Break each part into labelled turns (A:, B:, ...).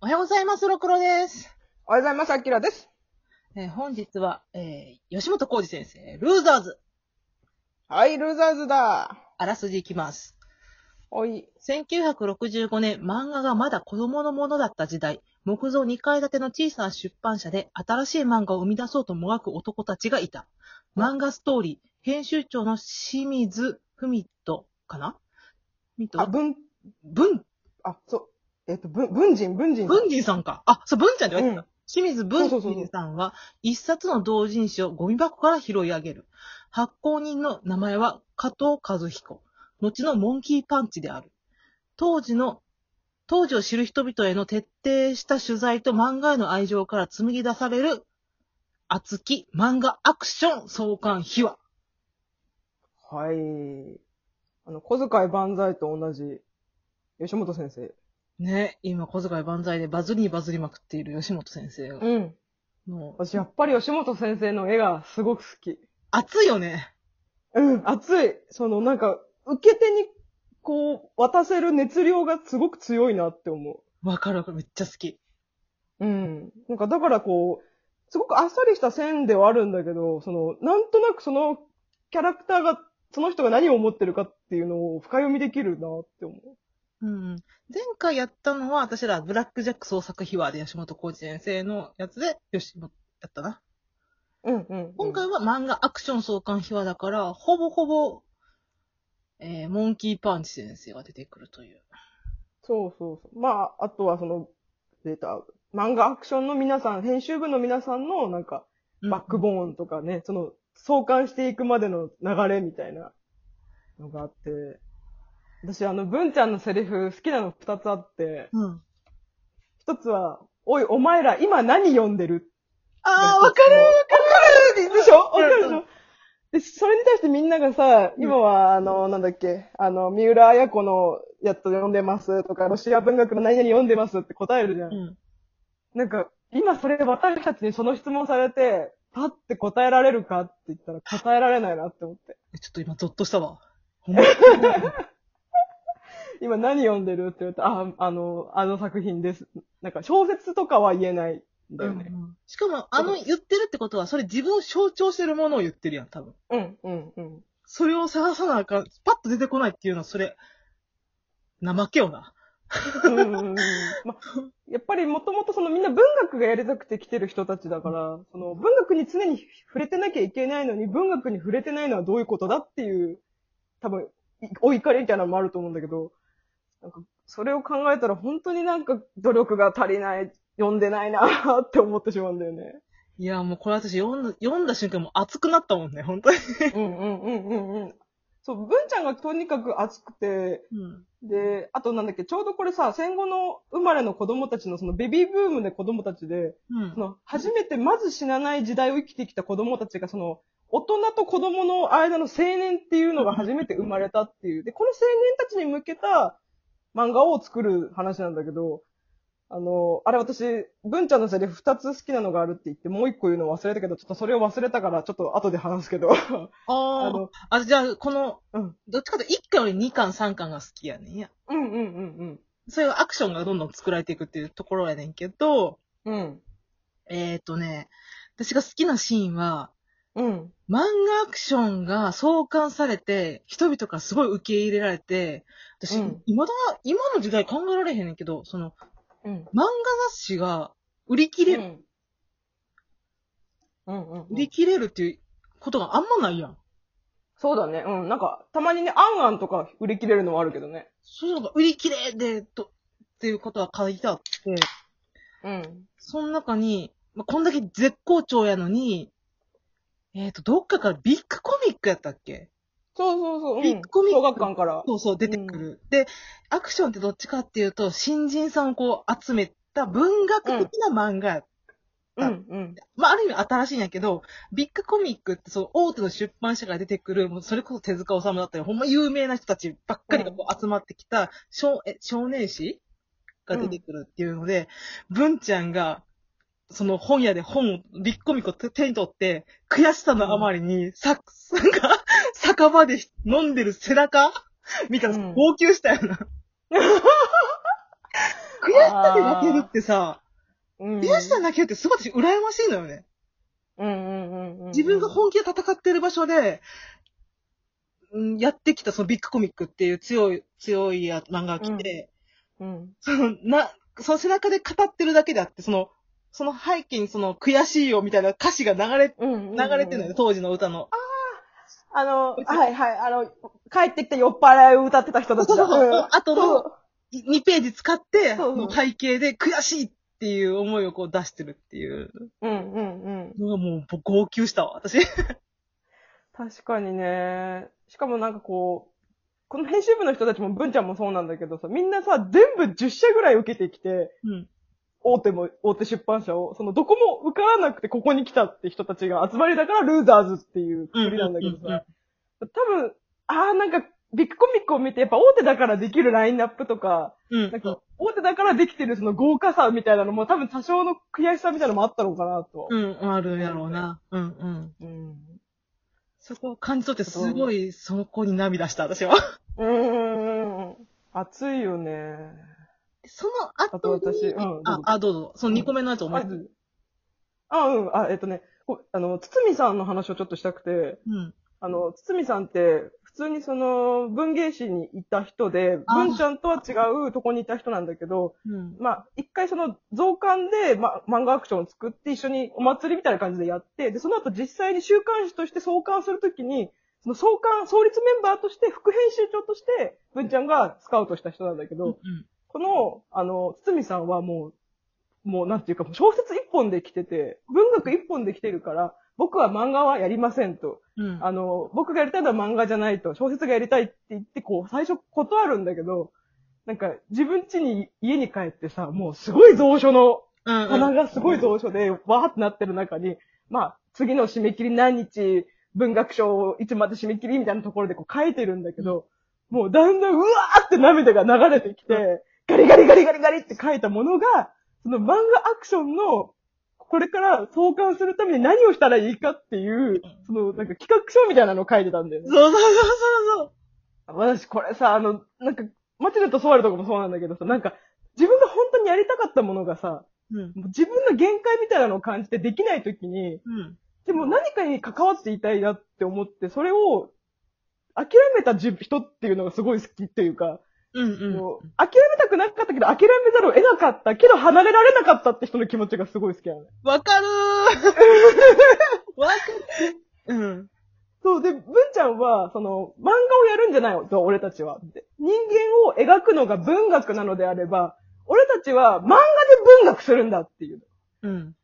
A: おはようございます、ろくろです。
B: おはようございます、あきらです。
A: えー本日は、えー吉本浩二先生、ルーザーズ、
B: はい、ルーザーズだ。
A: あらすじいきます。
B: おい。
A: 1965年、漫画がまだ子供のものだった時代、木造2階建ての小さな出版社で新しい漫画を生み出そうともがく男たちがいた。漫画ストーリー、編集長の清水文人かな文
B: あ、
A: 人
B: 文、
A: 文、
B: あ、そう。えっと、文、文人、文人。
A: 文人さんか。あ、そう、文ちゃんって言われてた。
B: う
A: 清水文人さんは、一冊の同人誌をゴミ箱から拾い上げる。発行人の名前は加藤和彦。後のモンキーパンチである。当時の、当時を知る人々への徹底した取材と漫画への愛情から紡ぎ出される、熱き漫画アクション創刊秘話。
B: はい。あの、小遣い万歳と同じ、吉本先生。
A: ね、今小遣い万歳でバズりにバズりまくっている吉本先生
B: うん。
A: の、
B: 私、やっぱり吉本先生の絵がすごく好き。
A: 熱いよね。
B: うん、熱い。その、なんか、受け手に、こう、渡せる熱量がすごく強いなって思
A: わかるわかる、めっちゃ好き。
B: う。うん。なんか、だからこう、すごくあっさりした線ではあるんだけど、その、なんとなくそのキャラクターが、その人が何を思ってるかっていうのを深読みできるなって思う。
A: うん。前回やったのは、私ら、ブラックジャック創作秘話で吉本浩二先生のやつで、吉本、やったな。
B: うんうん、
A: 今回は漫画アクション創刊秘話だから、ほぼほぼ、えー、モンキーパンチ先生が出てくるという。
B: そうそうそう。まあ、あとはその、えっと、漫画アクションの皆さん、編集部の皆さんの、なんか、バックボーンとかね、その、相関していくまでの流れみたいなのがあって、私あの、文ちゃんのセリフ好きなの二つあって、
A: うん。うん。
B: 一つは、おい、お前ら今何読んでる
A: あー、わかる
B: るでしょわかるで
A: う
B: し
A: んう
B: ょで、それに対してみんながさ、今は、あの、なんだっけ、あの、三浦綾子のやつ読んでますとか、ロシア文学の何々読んでますって答えるじゃん。
A: うん。
B: なんか、今それ私たちにその質問されて、パって答えられるかって言ったら答えられないなって思って。
A: ちょっと今、ゾッとしたわ。ほんま
B: 今何読んでるって言われて、あ、あの、あの作品です。なんか小説とかは言えないんだよね。
A: うんしかも、あの、言ってるってことは、それ自分を象徴してるものを言ってるやん、多分。
B: うん、うん、うん。
A: それを探さなあかん。パッと出てこないっていうのは、それ、怠けよな。
B: うんうんうんま、やっぱりもともとそのみんな文学がやりたくて来てる人たちだから、その文学に常に触れてなきゃいけないのに、文学に触れてないのはどういうことだっていう、多分、いお怒りみたいなのもあると思うんだけど、なんか、それを考えたら本当になんか努力が足りない、読んでないなーって思ってしまうんだよね。
A: いや、もうこれ私読んだ、読んだ瞬間もう熱くなったもんね、本当に。
B: うんうんうんうんうん。そう、文ちゃんがとにかく熱くて、
A: うん。
B: で、あとなんだっけ、ちょうどこれさ、戦後の生まれの子供たちのそのベビーブームで子供たちで、
A: うん
B: そ。の初めてまず死なない時代を生きてきた子供たちが、その、大人と子供の間の青年っていうのが初めて生まれたっていう。で、この青年たちに向けた漫画を作る話なんだけど、あの、あれ私、文ちゃんのセリフ二つ好きなのがあるって言って、もう一個言うの忘れたけど、ちょっとそれを忘れたから、ちょっと後で話すけど。あ
A: あー
B: の、
A: あ、じゃあ、この、
B: うん
A: どっちかというと1巻より2巻、3巻が好きやねん。いや、
B: うんうんうん
A: そういうアクションがどんどん作られていくっていうところやねんけど、
B: うん。うん。
A: えっ、ー、とね、私が好きなシーンは、
B: うん。
A: 漫画アクションが創刊されて、人々からすごい受け入れられて、私、
B: うん
A: 今だ、今の時代考えられへんねんけど、その、
B: うん。
A: 漫画雑誌が売り切れ、
B: うん。うんうんうん
A: 売り切れるっていうことがあんまないやん。
B: そうだね。うん。なんか、たまにね、あんあんとか売り切れるのはあるけどね。
A: そういうのが売り切れで、と、っていうことは書いてあって、
B: うん。
A: その中に、まあ、こんだけ絶好調やのに、えっ、と、どっかからビッグコミックやったっけ
B: そうそうそう。うん、
A: ビッグコミック
B: 小学館から。
A: そうそう、出てくる、で、アクションってどっちかっていうと、新人さんをこう集めた文学的な漫画や
B: うん。うん。
A: まあ、ある意味新しいんやけど、ビッグコミックってその大手の出版社が出てくる、もうそれこそ手塚治虫だったり、ほんま有名な人たちばっかりがこう集まってきた少,、え少年誌が出てくるっていうので、文、ちゃんが、その本屋で本を、ビッグコミックを手手に取って、悔しさのあまりに、さ、なんか、酒場で飲んでる背中みたいな、
B: うん
A: 号泣したよな。悔しさで泣けるってさ、
B: うん
A: 悔しさで泣けるってすごい私羨ましいのよね。
B: うんうんうんうん。
A: 自分が本気で戦ってる場所で、うんやってきたそのビッグコミックっていう強い、強いや漫画が来て、
B: うん。
A: その、な、その背中で語ってるだけであって、その、その背景にその悔しいよみたいな歌詞が流れ、
B: うん。
A: 流れてるのよ、。当時の歌の。
B: あの、はいはい。あの、帰ってきて酔っ払いを歌ってた人たちだ。うん
A: あとの
B: そう
A: 2ページ使って、
B: そうそう
A: もう背景で悔しいっていう思いをこう出してるっていう
B: うんうんうん。
A: のがもう号泣したわ、私。
B: 確かにね。しかもなんかこう、この編集部の人たちも、文ちゃんもそうなんだけどさ、みんなさ、全部10社ぐらい受けてきて、
A: うん。
B: 大手も、大手出版社を、その、どこも受からなくてここに来たって人たちが集まりだから、ルーザーズっていうくくりなんだけど
A: うんうん
B: さ、多分、ああ、なんか、ビッグコミックを見て、やっぱ大手だからできるラインナップとか、
A: うん
B: なんか、大手だからできてるその豪華さみたいなのも、多分多少の悔しさみたいなのもあったのかなと。
A: うん、あるやろうな。うんうん。
B: うん。
A: そこを感じ取って、すごい、そこに涙した、私は。
B: うん。熱いよね。
A: その
B: あと
A: 後に、
B: 私、うん。
A: あ、あ、どうぞ。その2個目のやつ思い
B: あ
A: 出す。
B: あ、うん、あ、えっとね、こあの、つつみさんの話をちょっとしたくて、
A: うん。
B: あの、つつみさんって、普通にその、文芸誌にいた人で、
A: あー
B: 文ちゃんとは違うとこにいた人なんだけど、
A: うん。
B: まあ、一回その、増刊で、ま、漫画アクションを作って、一緒にお祭りみたいな感じでやって、で、その後実際に週刊誌として創刊するときに、その創刊、創立メンバーとして、副編集長として、文ちゃんがスカウトした人なんだけど、
A: うん。
B: この、あの、つつみさんはもう、もうなんていうか、もう小説一本で来てて、文学一本で来てるから、僕は漫画はやりませんと。
A: うん。
B: あの、僕がやりたいのは漫画じゃないと、小説がやりたいって言って、こう、最初断るんだけど、なんか、自分家に、家に帰ってさ、もうすごい蔵書の、
A: うん
B: 棚がすごい蔵書で、わーってなってる中に、まあ、次の締め切り何日、文学賞をいつまで締め切りみたいなところでこう書いてるんだけど、もうだんだんうわーって涙が流れてきて、ガリガリガリガリガリって書いたものが、その漫画アクションの、これから創刊するために何をしたらいいかっていう、そのなんか企画書みたいなのを書いてたんだよね。
A: そうそうそうそう
B: 私これさ、あの、なんか、マチルとソワルとかもそうなんだけどさ、なんか、自分が本当にやりたかったものがさ、
A: そう。うん。
B: もう自分の限界みたいなのを感じてできないときに、
A: うん。
B: でも何かに関わっていたいなって思って、それを諦めた自人っていうのがすごい好きっていうか、
A: うんうん。
B: もう諦めたくなかったけど諦めざるを得なかったけど離れられなかったって人の気持ちがすごい好きなのね。
A: わかるーわかるうん。
B: そう、で、文ちゃんは、その、漫画をやるんじゃないと、俺たちは。って人間を描くのが文学なのであれば、俺たちは漫画で文学するんだっていう。
A: うん。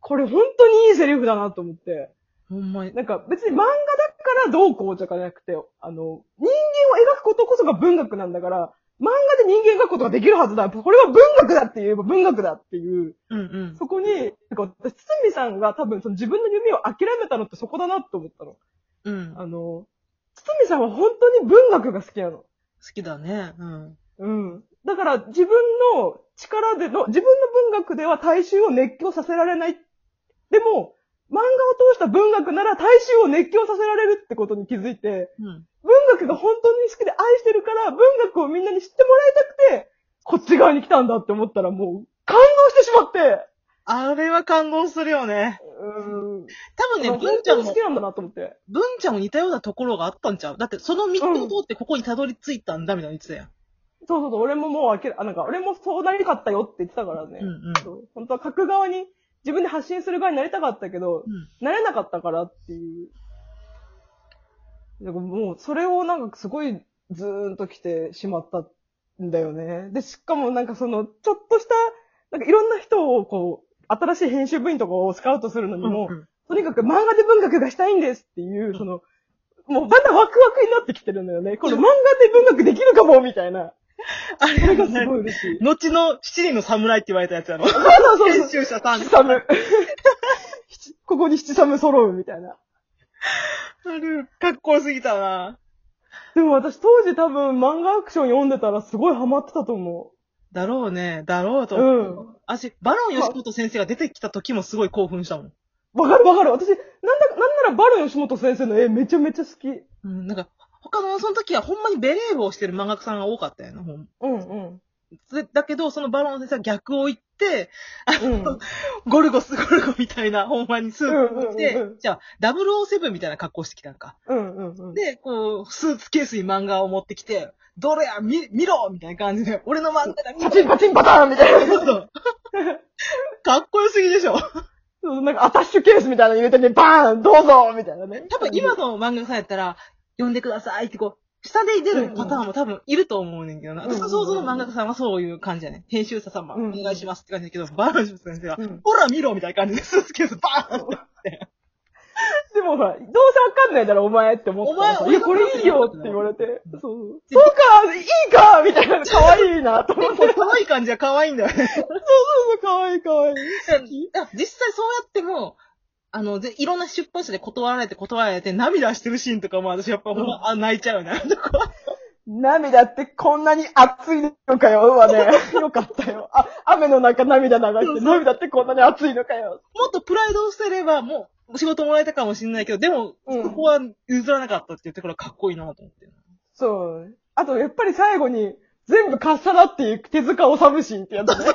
B: これ本当にいいセリフだなと思って。
A: ほんまに。
B: なんか別に漫画だからどうこうじゃなくて、あの、人間を描くことこそが文学なんだから、漫画で人間を描くことができるはずだ。これは文学だって言えば文学だっていう。
A: うんうん。
B: そこに、なんか私、つみさんが多分その自分の夢を諦めたのってそこだなと思ったの。
A: うん。好
B: あの、つみさんは本当に文学が好きなの。
A: きだね。うん。
B: うん。だから自分の力での、自分の文学では大衆を熱狂させられない。でも、漫画を通した文学なら大衆を熱狂させられるってことに気づいて、
A: うん。
B: 文学が本当に好きで愛してるから、文学をみんなに知ってもらいたくて、こっち側に来たんだって思ったらもう、感動してしまって。
A: あれは感動するよね。
B: う
A: 多分
B: ん。
A: ね、文
B: ね、文
A: ち
B: ち
A: ゃ
B: ゃ
A: ん
B: ん
A: も
B: 好き、なんだなと思って。
A: 文ちゃんも似たようなところがあったんちゃうだって、その道を通ってここにたどり着いたんだ、みたいなの言ってたやん。
B: そうそうそう、俺ももうあけ、あ、なんか、俺もそうなりたかったよって言ってたからね。
A: うんうん。
B: そう本当は書く側に、自分で発信する側になりたかったけ
A: う
B: ど、
A: ん
B: なれなかったからっていう。だからもう、それをなんかすごいずーんと来てしまったんだよね。で、しかもなんかその、ちょっとした、なんかいろんな人をこう、新しい編集部員とかをスカウトするのにも、
A: うん
B: とにかく漫画で文学がしたいんですっていう、その、もうまたワクワクになってきてるんだよね。この漫画で文学できるかもみたいな。
A: あれ
B: それ
A: が
B: が
A: す
B: す
A: ごい。。
B: ごい嬉しい
A: 後の七人の侍って言われたやつやろ。
B: そうそうそうそう
A: 編。集者さん
B: 七。サム。七ここに七サム揃うみたいな。
A: あるかっこよすぎたな。
B: でも私当時多分漫画アクション読んでたらすごいハマってたと思
A: だろうね。だろう
B: う。
A: と
B: う
A: 思う。
B: ん。
A: 私、バロン吉本先生が出てきた時もすごい興奮したもん。
B: わかるわかる。私、なんだ、なんならバル吉本先生の絵めちゃめちゃ好き。
A: うん、なんか、他のその時はほんまにベレー帽をしてる漫画家さんが多かったよな、ほん。
B: うんうん。
A: でだけど、そのバロンの先生は逆を言って、
B: うん。
A: ゴルゴス、ゴルゴみたいな、ほんまにスーツを着て
B: うんうんうんう、ん
A: じゃあ、007みたいな格好してきたんか。
B: うんうんうん。
A: で、こう、スーツケースに漫画を持ってきて、どれや、見、見ろみたいな感じで、俺の漫画だ、見
B: パ
A: ろ
B: チンパチンパターンみたいな。
A: そうかっこよすぎでしょ
B: そうなんかアタッシュケースみたいなの入れてね、バーンどうぞみたいなね。
A: 多分今の漫画家さんやったら、読んでくださいってこう、下で出るパターンも多分いると思うねんけどな。
B: うんうん
A: 私の想像の漫画家さんはそういう感じやねん。編集者様、お
B: うんうん
A: 願いしますって感じだけど、バランシュ先生は
B: う、ん。
A: ほら見ろみたいな感じでスーツケースバーン って。
B: でもほら、どうせわかんないだろ、お前って思って。
A: お前
B: いや、これいいよって言われて。
A: う
B: そうそう。そうか、いいかみたいな。可愛いなと思って。
A: これ可愛い感じは可愛いんだよね。
B: そうそう、可愛い可愛い。
A: いや実際そうやっても、あの、でいろんな出版社で断られて断られて涙してるシーンとかも私やっぱほんま、あ泣いちゃうよね。 あの子は
B: 涙ってこんなに熱いのかよ、はね。 よかったよ。あ、雨の中涙流
A: そう
B: して、
A: そう
B: 涙ってこんなに熱いのかよ。
A: もっとプライドを捨てれば、もう仕事もらえたかもしれないけど、でも、
B: うん
A: そこは譲らなかったって言ってからかっこいいなと思って。
B: そう。あと、やっぱり最後に、全部かっさらっていく手塚治虫シーンってやつね。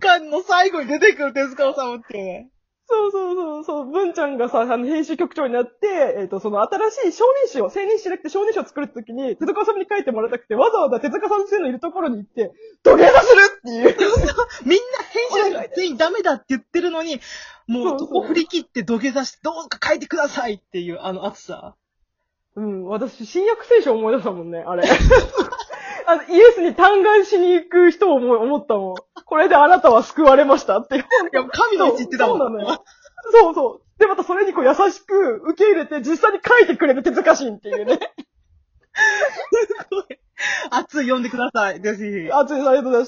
A: 三巻の最後に出てくる手塚治虫っていうね。
B: そうそうそう、そう、文ちゃんがさ、あの、編集局長になって、えっ、と、その新しい少年誌を、青年誌じゃなくて少年誌を作るときに、手塚さんに書いてもらいたくて、わざわざ手塚先生のいるところに行って、土下座するっていう。
A: みんな編集者が全員ダメだって言ってるのに、も
B: そう
A: そ
B: うそ
A: こ
B: う
A: 振り切って土下座して、どうか書いてくださいっていうあの熱 さ。
B: うん、私、新約聖書思い出したもんね、あれ。 あの、イエスに嘆願しに行く人を思い思ったもん。これであなたは救われましたっていう。
A: いや、神の位置言ってたもん。
B: そうなのよ。そうそう。で、またそれにこう優しく受け入れて、実際に書いてくれる手塚神っていうね。
A: 熱い読んでください。ぜひ。
B: 熱いサイトだし。